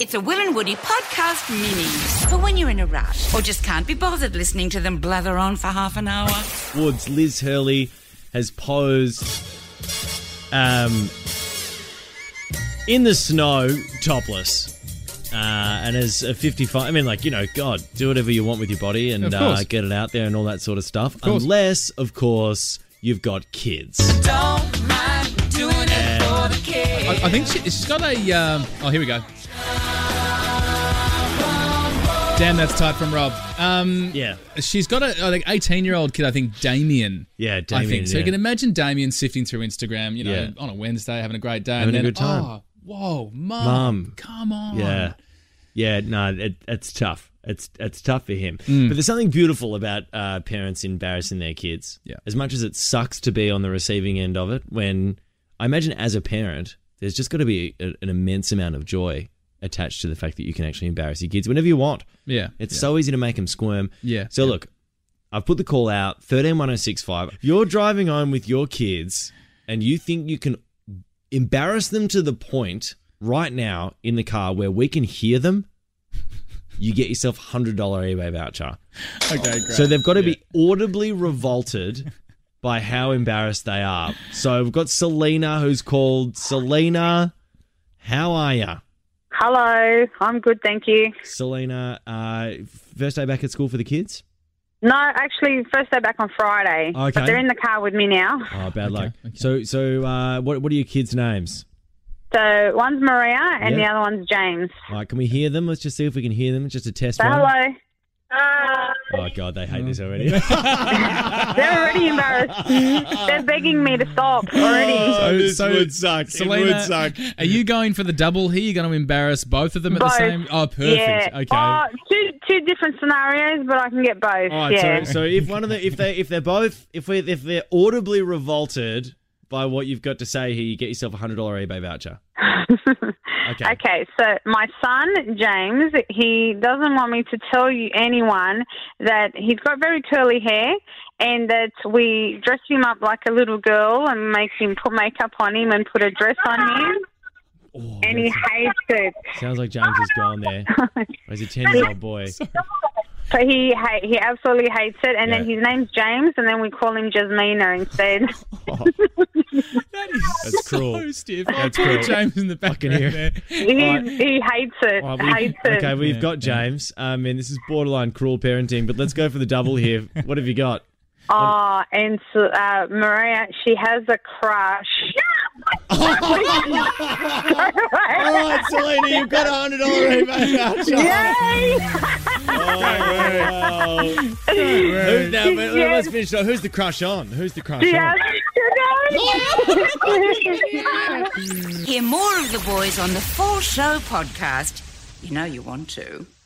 It's a Will and Woody podcast minis for when you're in a rush or just can't be bothered listening to them blather on for half an hour. Woods, Liz Hurley has posed um, in the snow, topless. Uh, and as a 55, I mean, like, you know, God, do whatever you want with your body and Of course. uh, get it out there and all that sort of stuff. course. Unless, of course, you've got kids. Don't mind doing it for the kids. I, I think she, she's got a. Um, oh, here we go. Damn, that's tight from Rob. Um, Yeah. She's got a I think eighteen year old kid. I think Damien. Yeah, I Damien, think so. yeah. You can imagine Damien sifting through Instagram, you know, Yeah. on a Wednesday, having a great day, Having and a then good time. oh, whoa, mom, Mum. come on, Yeah. Yeah, no, it, it's tough. It's it's tough for him. Mm. But there's something beautiful about uh, parents embarrassing their kids. Yeah. As much as it sucks to be on the receiving end of it, when I imagine as a parent, there's just got to be a, an immense amount of joy attached to the fact that you can actually embarrass your kids whenever you want. yeah. It's yeah. so easy to make them squirm. Yeah, So yeah. look, I've put the call out 131065. If You're driving home with your kids and you think you can embarrass them to the point right now in the car where we can hear them. You get yourself $100 eBay voucher. okay, great. So they've got to be audibly revolted by how embarrassed they are. So we've got Selena who's called Selena. How are ya? Hello, I'm good, thank you. Selena, uh, first day back at school for the kids? No, actually, first day back on Friday. Okay. But they're in the car with me now. Oh, bad luck. So, so uh, what what are your kids' names? So one's Maria Yeah. and the other one's James. All right, can we hear them? Let's just see if we can hear them. Just a test So run. hello. Uh, Oh God, they hate this already. they're already embarrassed. they're begging me to stop already. this would suck. It Selena, would suck. Are you going for the double here? You're going to embarrass both of them at Both. the same. Oh, perfect. Yeah. Okay. Oh, two, two different scenarios, but I can get both. All right, yeah. so, so if one of the if they if they're both if we if they're audibly revolted by what you've got to say here, you get yourself a hundred dollar eBay voucher. Okay. Okay, so my son, James, he doesn't want me to tell you anyone that he's got very curly hair and that we dress him up like a little girl and make him put makeup on him and put a dress on him. Oh, And he that's- hates it. sounds like James is going there. He's a ten year old boy. So he ha- he absolutely hates it. And then Yeah. his name's James, and then we call him Jasmina instead. that is That's so cruel. stiff. Oh, That's Poor cruel. James in the Fucking background here. there. he, Alright. he hates it. All right, we've- hates it. okay, we've Yeah, got James. Um, and this is borderline cruel parenting, but let's go for the double here. What have you got? Oh, and so, uh, Maria, she has a crush. All right, Oh, Selena, you've got a hundred dollar eBay voucher. Yay! Oh, Who, now, but let's finish it off. Who's the crush on? Who's the crush Yes, on? Hear more of the boys on the Full Show podcast. You know you want to.